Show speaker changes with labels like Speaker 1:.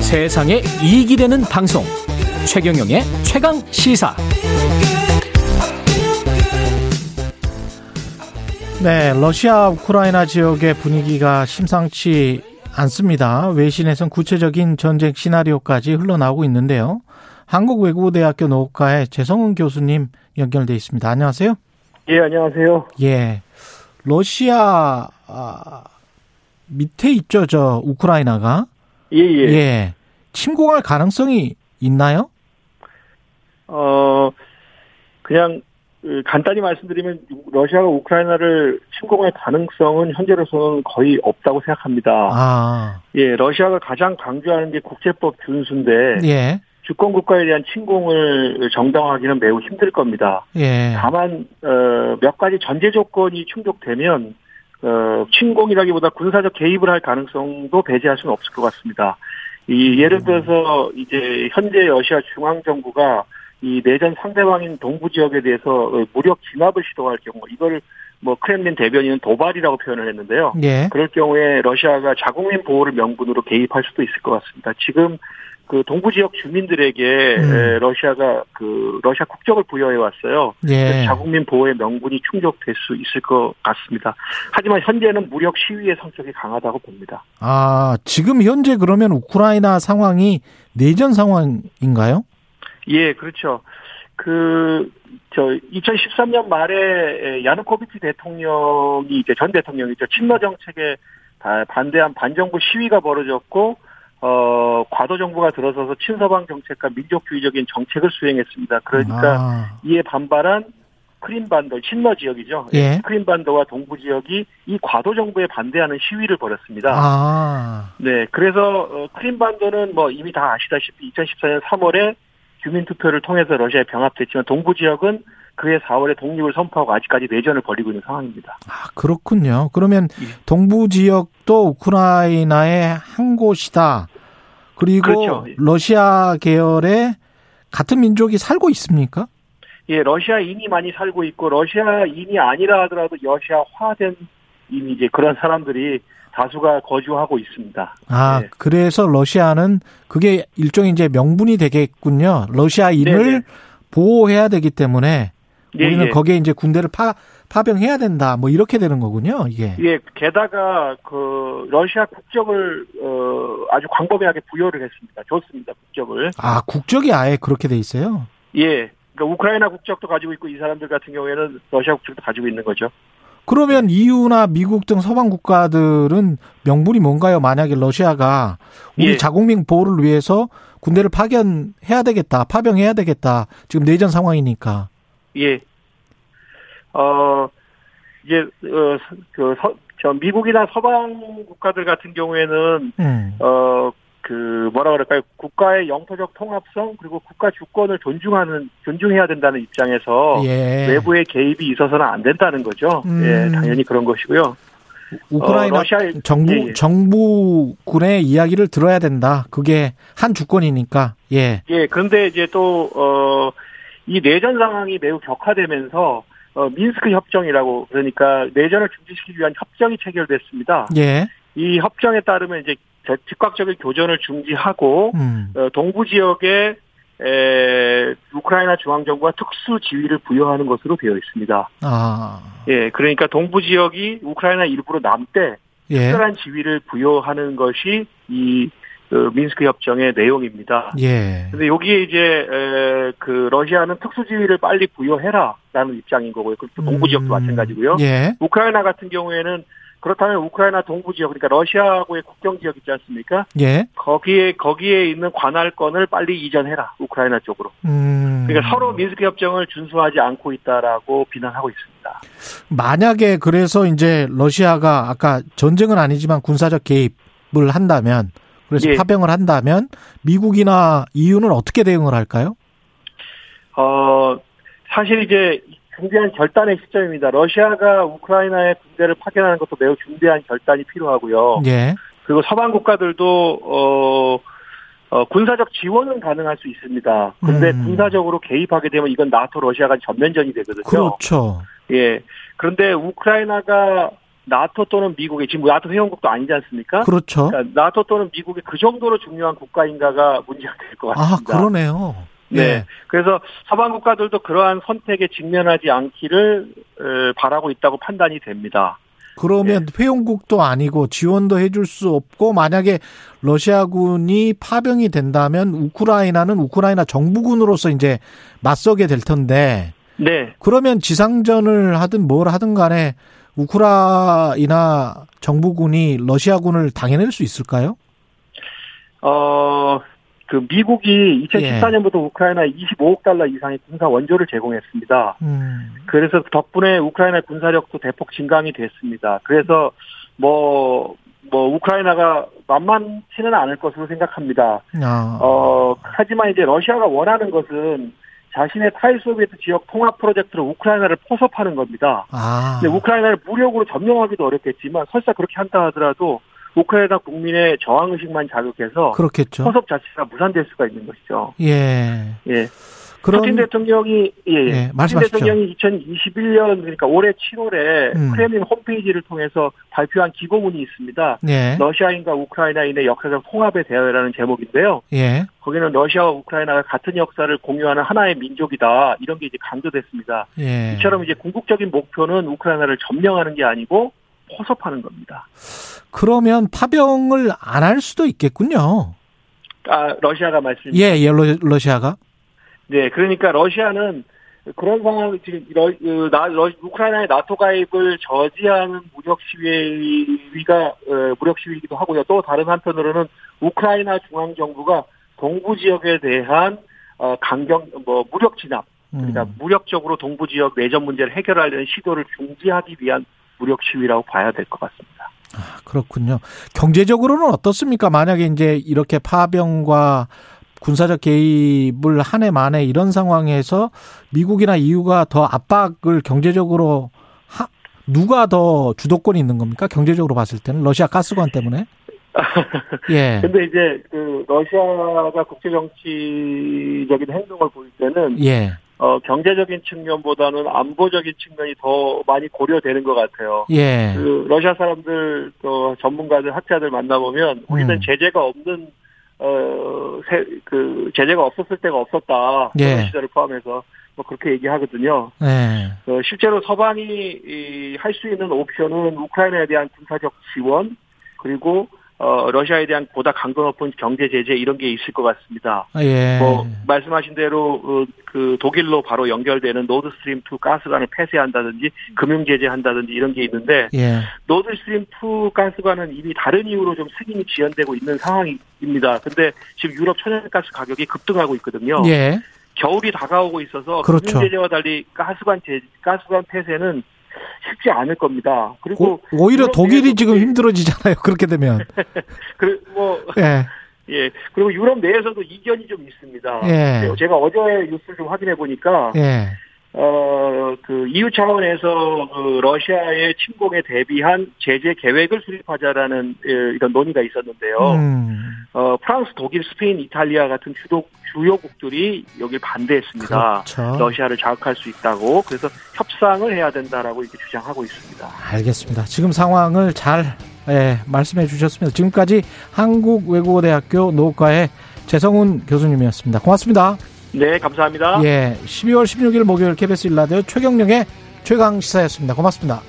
Speaker 1: 세상에 이익이 되는 방송 최경영의 최강 시사
Speaker 2: 네, 러시아 우크라이나 지역의 분위기가 심상치 않습니다. 외신에선 구체적인 전쟁 시나리오까지 흘러나오고 있는데요. 한국외국어대학교 노후과의 재성은 교수님 연결돼 있습니다. 안녕하세요.
Speaker 3: 예, 안녕하세요.
Speaker 2: 예, 러시아 아, 밑에 있죠, 저 우크라이나가.
Speaker 3: 예, 예.
Speaker 2: 예, 침공할 가능성이 있나요?
Speaker 3: 어, 그냥 그, 간단히 말씀드리면 러시아가 우크라이나를 침공할 가능성은 현재로서는 거의 없다고 생각합니다.
Speaker 2: 아,
Speaker 3: 예, 러시아가 가장 강조하는 게 국제법 준수인데
Speaker 2: 예,
Speaker 3: 주권 국가에 대한 침공을 정당화하기는 매우 힘들 겁니다.
Speaker 2: 예,
Speaker 3: 다만 어, 몇 가지 전제 조건이 충족되면 어, 침공이라기보다 군사적 개입을 할 가능성도 배제할 수는 없을 것 같습니다. 이
Speaker 2: 음.
Speaker 3: 예를 들어서 이제 현재 러시아 중앙 정부가 이 내전 상대방인 동부 지역에 대해서 어, 무력 진압을 시도할 경우 이걸 뭐 크렘린 대변인은 도발이라고 표현을 했는데요.
Speaker 2: 예,
Speaker 3: 그럴 경우에 러시아가 자국민 보호를 명분으로 개입할 수도 있을 것 같습니다. 지금 그 동부 지역 주민들에게
Speaker 2: 음.
Speaker 3: 에, 러시아가 그 러시아 국적을 부여해 왔어요.
Speaker 2: 예.
Speaker 3: 자국민 보호의 명분이 충족될 수 있을 것 같습니다. 하지만 현재는 무력 시위의 성격이 강하다고 봅니다.
Speaker 2: 아, 지금 현재 그러면 우크라이나 상황이 내전 상황인가요?
Speaker 3: 예, 그렇죠. 그, 저, 2013년 말에 에, 야누코비치 대통령이 이제 전 대통령이죠. 친러 정책에 다 반대한 반정부 시위가 벌어졌고, 어, 과도 정부가 들어서서 친서방 정책과 민족주의적인 정책을 수행했습니다. 그러니까
Speaker 2: 아,
Speaker 3: 이에 반발한 크림반도, 친러 지역이죠.
Speaker 2: 예.
Speaker 3: 크림반도와 동부 지역이 이 과도 정부에 반대하는 시위를 벌였습니다.
Speaker 2: 아,
Speaker 3: 네, 그래서 어, 크림반도는 뭐 이미 다 아시다시피 2014년 3월에 주민투표를 통해서 러시아에 병합됐지만 동부 지역은 그해 4월에 독립을 선포하고 아직까지 내전을 벌이고 있는 상황입니다.
Speaker 2: 아, 그렇군요. 그러면
Speaker 3: 예.
Speaker 2: 동부 지역도 우크라이나의 한 곳이다. 그리고
Speaker 3: 그렇죠. 예.
Speaker 2: 러시아 계열의 같은 민족이 살고 있습니까?
Speaker 3: 예, 러시아인이 많이 살고 있고 러시아인이 아니라 하더라도 러시아화된 이미 이제 그런 사람들이 다수가 거주하고 있습니다.
Speaker 2: 아,
Speaker 3: 네.
Speaker 2: 그래서 러시아는 그게 일종의 이제 명분이 되겠군요. 러시아인을
Speaker 3: 네, 네.
Speaker 2: 보호해야 되기 때문에
Speaker 3: 예,
Speaker 2: 우리는
Speaker 3: 예.
Speaker 2: 거기에 이제 군대를 파, 파병해야 된다. 뭐 이렇게 되는 거군요. 이게.
Speaker 3: 예, 게다가 그 러시아 국적을 어, 아주 광범위하게 부여를 했습니다. 좋습니다, 국적을.
Speaker 2: 아, 국적이 아예 그렇게 돼 있어요?
Speaker 3: 예. 그러니까 우크라이나 국적도 가지고 있고 이 사람들 같은 경우에는 러시아 국적도 가지고 있는 거죠.
Speaker 2: 그러면 EU나 미국 등 서방 국가들은 명분이 뭔가요? 만약에 러시아가 우리
Speaker 3: 예.
Speaker 2: 자국민 보호를 위해서 군대를 파견해야 되겠다, 파병해야 되겠다. 지금 내전 상황이니까.
Speaker 3: 예. 어 이제 어, 어그저 미국이나 서방 국가들 같은 경우에는
Speaker 2: 음.
Speaker 3: 어 그 뭐라 그럴까요? 국가의 영토적 통합성 그리고 국가 주권을 존중하는 존중해야 된다는 입장에서
Speaker 2: 예.
Speaker 3: 어, 외부의 개입이 있어서는 안 된다는 거죠.
Speaker 2: 음.
Speaker 3: 예, 당연히 그런 것이고요.
Speaker 2: 우크라이나
Speaker 3: 어, 러시아의-
Speaker 2: 정부
Speaker 3: 예, 예.
Speaker 2: 정부군의 이야기를 들어야 된다. 그게 한 주권이니까. 예.
Speaker 3: 예, 그런데 이제 또, 어, 이 내전 상황이 매우 격화되면서, 어, 민스크 협정이라고, 그러니까 내전을 중지시키기 위한 협정이 체결됐습니다.
Speaker 2: 예.
Speaker 3: 이 협정에 따르면 이제 저- 즉각적인 교전을 중지하고,
Speaker 2: 음.
Speaker 3: 어, 동부 지역에, 에, 우크라이나 중앙정부가 특수 지위를 부여하는 것으로 되어 있습니다.
Speaker 2: 아.
Speaker 3: 예, 그러니까 동부 지역이 우크라이나 일부로 남때
Speaker 2: 예.
Speaker 3: 특별한 지위를 부여하는 것이 이 어, 민스크 협정의 내용입니다.
Speaker 2: 예.
Speaker 3: 근데 여기에 이제 에, 그 러시아는 특수지위를 빨리 부여해라라는 입장인 거고요. 그리고 또 동부 지역도
Speaker 2: 음.
Speaker 3: 마찬가지고요.
Speaker 2: 예.
Speaker 3: 우크라이나 같은 경우에는 그렇다면 우크라이나 동부 지역 그러니까 러시아하고의 국경 지역 있지 않습니까?
Speaker 2: 예.
Speaker 3: 거기에 거기에 있는 관할권을 빨리 이전해라 우크라이나 쪽으로.
Speaker 2: 음.
Speaker 3: 그러니까 서로 민스크 협정을 준수하지 않고 있다라고 비난하고 있습니다.
Speaker 2: 만약에 그래서 이제 러시아가 아까 전쟁은 아니지만 군사적 개입을 한다면 그래서
Speaker 3: 예.
Speaker 2: 파병을 한다면 미국이나 EU는 어떻게 대응을 할까요?
Speaker 3: 어 사실 이제 중대한 결단의 시점입니다. 러시아가 우크라이나에 군대를 파견하는 것도 매우 중대한 결단이 필요하고요.
Speaker 2: 예.
Speaker 3: 그리고 서방 국가들도 어, 어, 군사적 지원은 가능할 수 있습니다. 근데
Speaker 2: 음.
Speaker 3: 군사적으로 개입하게 되면 이건 나토 러시아가 전면전이 되거든요.
Speaker 2: 그렇죠.
Speaker 3: 예. 그런데 우크라이나가 나토 또는 미국이 지금 나토 회원국도 아니지 않습니까?
Speaker 2: 그렇죠.
Speaker 3: 그러니까 나토 또는 미국이 그 정도로 중요한 국가인가가 문제가 될 것
Speaker 2: 아,
Speaker 3: 같습니다.
Speaker 2: 그러네요.
Speaker 3: 네.
Speaker 2: 예.
Speaker 3: 그래서 서방 국가들도 그러한 선택에 직면하지 않기를 에, 바라고 있다고 판단이 됩니다.
Speaker 2: 그러면
Speaker 3: 예.
Speaker 2: 회원국도 아니고 지원도 해줄 수 없고 만약에 러시아군이 파병이 된다면 우크라이나는 우크라이나 정부군으로서 이제 맞서게 될 텐데
Speaker 3: 네.
Speaker 2: 그러면 지상전을 하든 뭘 하든 간에 우크라이나 정부군이 러시아군을 당해낼 수 있을까요?
Speaker 3: 어, 그 미국이 2014년부터 우크라이나 25억 달러 이상의 군사 원조를 제공했습니다.
Speaker 2: 음.
Speaker 3: 그래서 덕분에 우크라이나 군사력도 대폭 증강이 됐습니다. 그래서 뭐, 뭐, 우크라이나가 만만치는 않을 것으로 생각합니다.
Speaker 2: 아,
Speaker 3: 어, 하지만 이제 러시아가 원하는 것은 자신의 타이소비에트 지역 통합 프로젝트로 우크라이나를 포섭하는 겁니다.
Speaker 2: 아.
Speaker 3: 근데 우크라이나를 무력으로 점령하기도 어렵겠지만 설사 그렇게 한다 하더라도 우크라이나 국민의 저항 의식만 자극해서
Speaker 2: 그렇겠죠.
Speaker 3: 포섭 자체가 무산될 수가 있는 것이죠.
Speaker 2: 예.
Speaker 3: 예.
Speaker 2: 그런
Speaker 3: 푸틴 대통령이 예, 예.
Speaker 2: 예,
Speaker 3: 푸틴
Speaker 2: 말씀하십시오.
Speaker 3: 대통령이 2021년 그러니까 올해 7월에
Speaker 2: 음.
Speaker 3: 크렘린 홈페이지를 통해서 발표한 기고문이 있습니다.
Speaker 2: 예.
Speaker 3: 러시아인과 우크라이나인의 역사적 통합에 대하여라는 제목인데요.
Speaker 2: 예.
Speaker 3: 거기는 러시아와 우크라이나가 같은 역사를 공유하는 하나의 민족이다 이런 게 이제 강조됐습니다.
Speaker 2: 예.
Speaker 3: 이처럼 이제 궁극적인 목표는 우크라이나를 점령하는 게 아니고 포섭하는 겁니다.
Speaker 2: 그러면 파병을 안 할 수도 있겠군요.
Speaker 3: 아 러시아가 말씀.
Speaker 2: 예, 예, 러- 러시아가.
Speaker 3: 네, 그러니까 러시아는 그런 상황 지금 러, 어, 나, 러, 우크라이나의 나토 가입을 저지하는 무력 시위가 어, 무력 시위이기도 하고요. 또 다른 한편으로는 우크라이나 중앙 정부가 동부 지역에 대한 어, 강경 뭐 무력 진압
Speaker 2: 음.
Speaker 3: 그러니까 무력적으로 동부 지역 내전 문제를 해결하려는 시도를 중지하기 위한 무력 시위라고 봐야 될 것 같습니다.
Speaker 2: 그렇군요. 경제적으로는 어떻습니까? 만약에 이제 이렇게 파병과 군사적 개입을 한 해 만에 이런 상황에서 미국이나 EU가 더 압박을 경제적으로 하, 누가 더 주도권이 있는 겁니까? 경제적으로 봤을 때는 러시아 가스관 때문에. 예.
Speaker 3: 근데 이제 그 러시아가 국제 정치적인 행동을 보일 때는
Speaker 2: 예.
Speaker 3: 어, 경제적인 측면보다는 안보적인 측면이 더 많이 고려되는 것 같아요.
Speaker 2: 예.
Speaker 3: 그 러시아 사람들, 또 전문가들, 학자들 만나보면 우리는
Speaker 2: 음.
Speaker 3: 제재가 없는 어, 세, 그 제재가 없었을 때가 없었다.
Speaker 2: 예.
Speaker 3: 그런 시절을 포함해서 뭐 그렇게 얘기하거든요.
Speaker 2: 예.
Speaker 3: 어, 실제로 서방이 할 수 있는 옵션은 우크라이나에 대한 군사적 지원 그리고 어, 러시아에 대한 보다 강도 높은 경제 제재 이런 게 있을 것 같습니다.
Speaker 2: 예.
Speaker 3: 뭐 말씀하신 대로 어, 그 독일로 바로 연결되는 노드 스트림 2 가스관을 폐쇄한다든지 금융 제재한다든지 이런 게 있는데
Speaker 2: 예.
Speaker 3: 노드 스트림 2 가스관은 이미 다른 이유로 좀 승인이 지연되고 있는 상황입니다. 근데 지금 유럽 천연가스 가격이 급등하고 있거든요.
Speaker 2: 예.
Speaker 3: 겨울이 다가오고 있어서
Speaker 2: 그렇죠.
Speaker 3: 금융 제재와 달리 가스관 제 가스관 폐쇄는 쉽지 않을 겁니다.
Speaker 2: 오-
Speaker 3: 그리고
Speaker 2: 오히려
Speaker 3: 유럽
Speaker 2: 독일이
Speaker 3: 내에서도
Speaker 2: 지금
Speaker 3: 이-
Speaker 2: 힘들어지잖아요. 그렇게 되면.
Speaker 3: 그뭐
Speaker 2: 예.
Speaker 3: 예. 그리고 유럽 내에서도 이견이 좀 있습니다.
Speaker 2: 예.
Speaker 3: 제가 어제 뉴스를 좀 확인해 보니까
Speaker 2: 예.
Speaker 3: 어, 그, EU 차원에서 그 러시아의 침공에 대비한 제재 계획을 수립하자라는 예, 이런 논의가 있었는데요.
Speaker 2: 음.
Speaker 3: 어, 프랑스, 독일, 스페인, 이탈리아 같은 주도, 주요국들이 여길 반대했습니다.
Speaker 2: 그렇죠.
Speaker 3: 러시아를 자극할 수 있다고. 그래서 협상을 해야 된다라고 이렇게 주장하고 있습니다.
Speaker 2: 알겠습니다. 지금 상황을 잘 예, 말씀해 주셨습니다. 지금까지 한국외국어대학교 노과의 재성훈 교수님이었습니다. 고맙습니다.
Speaker 3: 네, 감사합니다.
Speaker 2: 예, 12월 16일 목요일 KBS 일라디오 최경령의 최강 시사였습니다. 고맙습니다.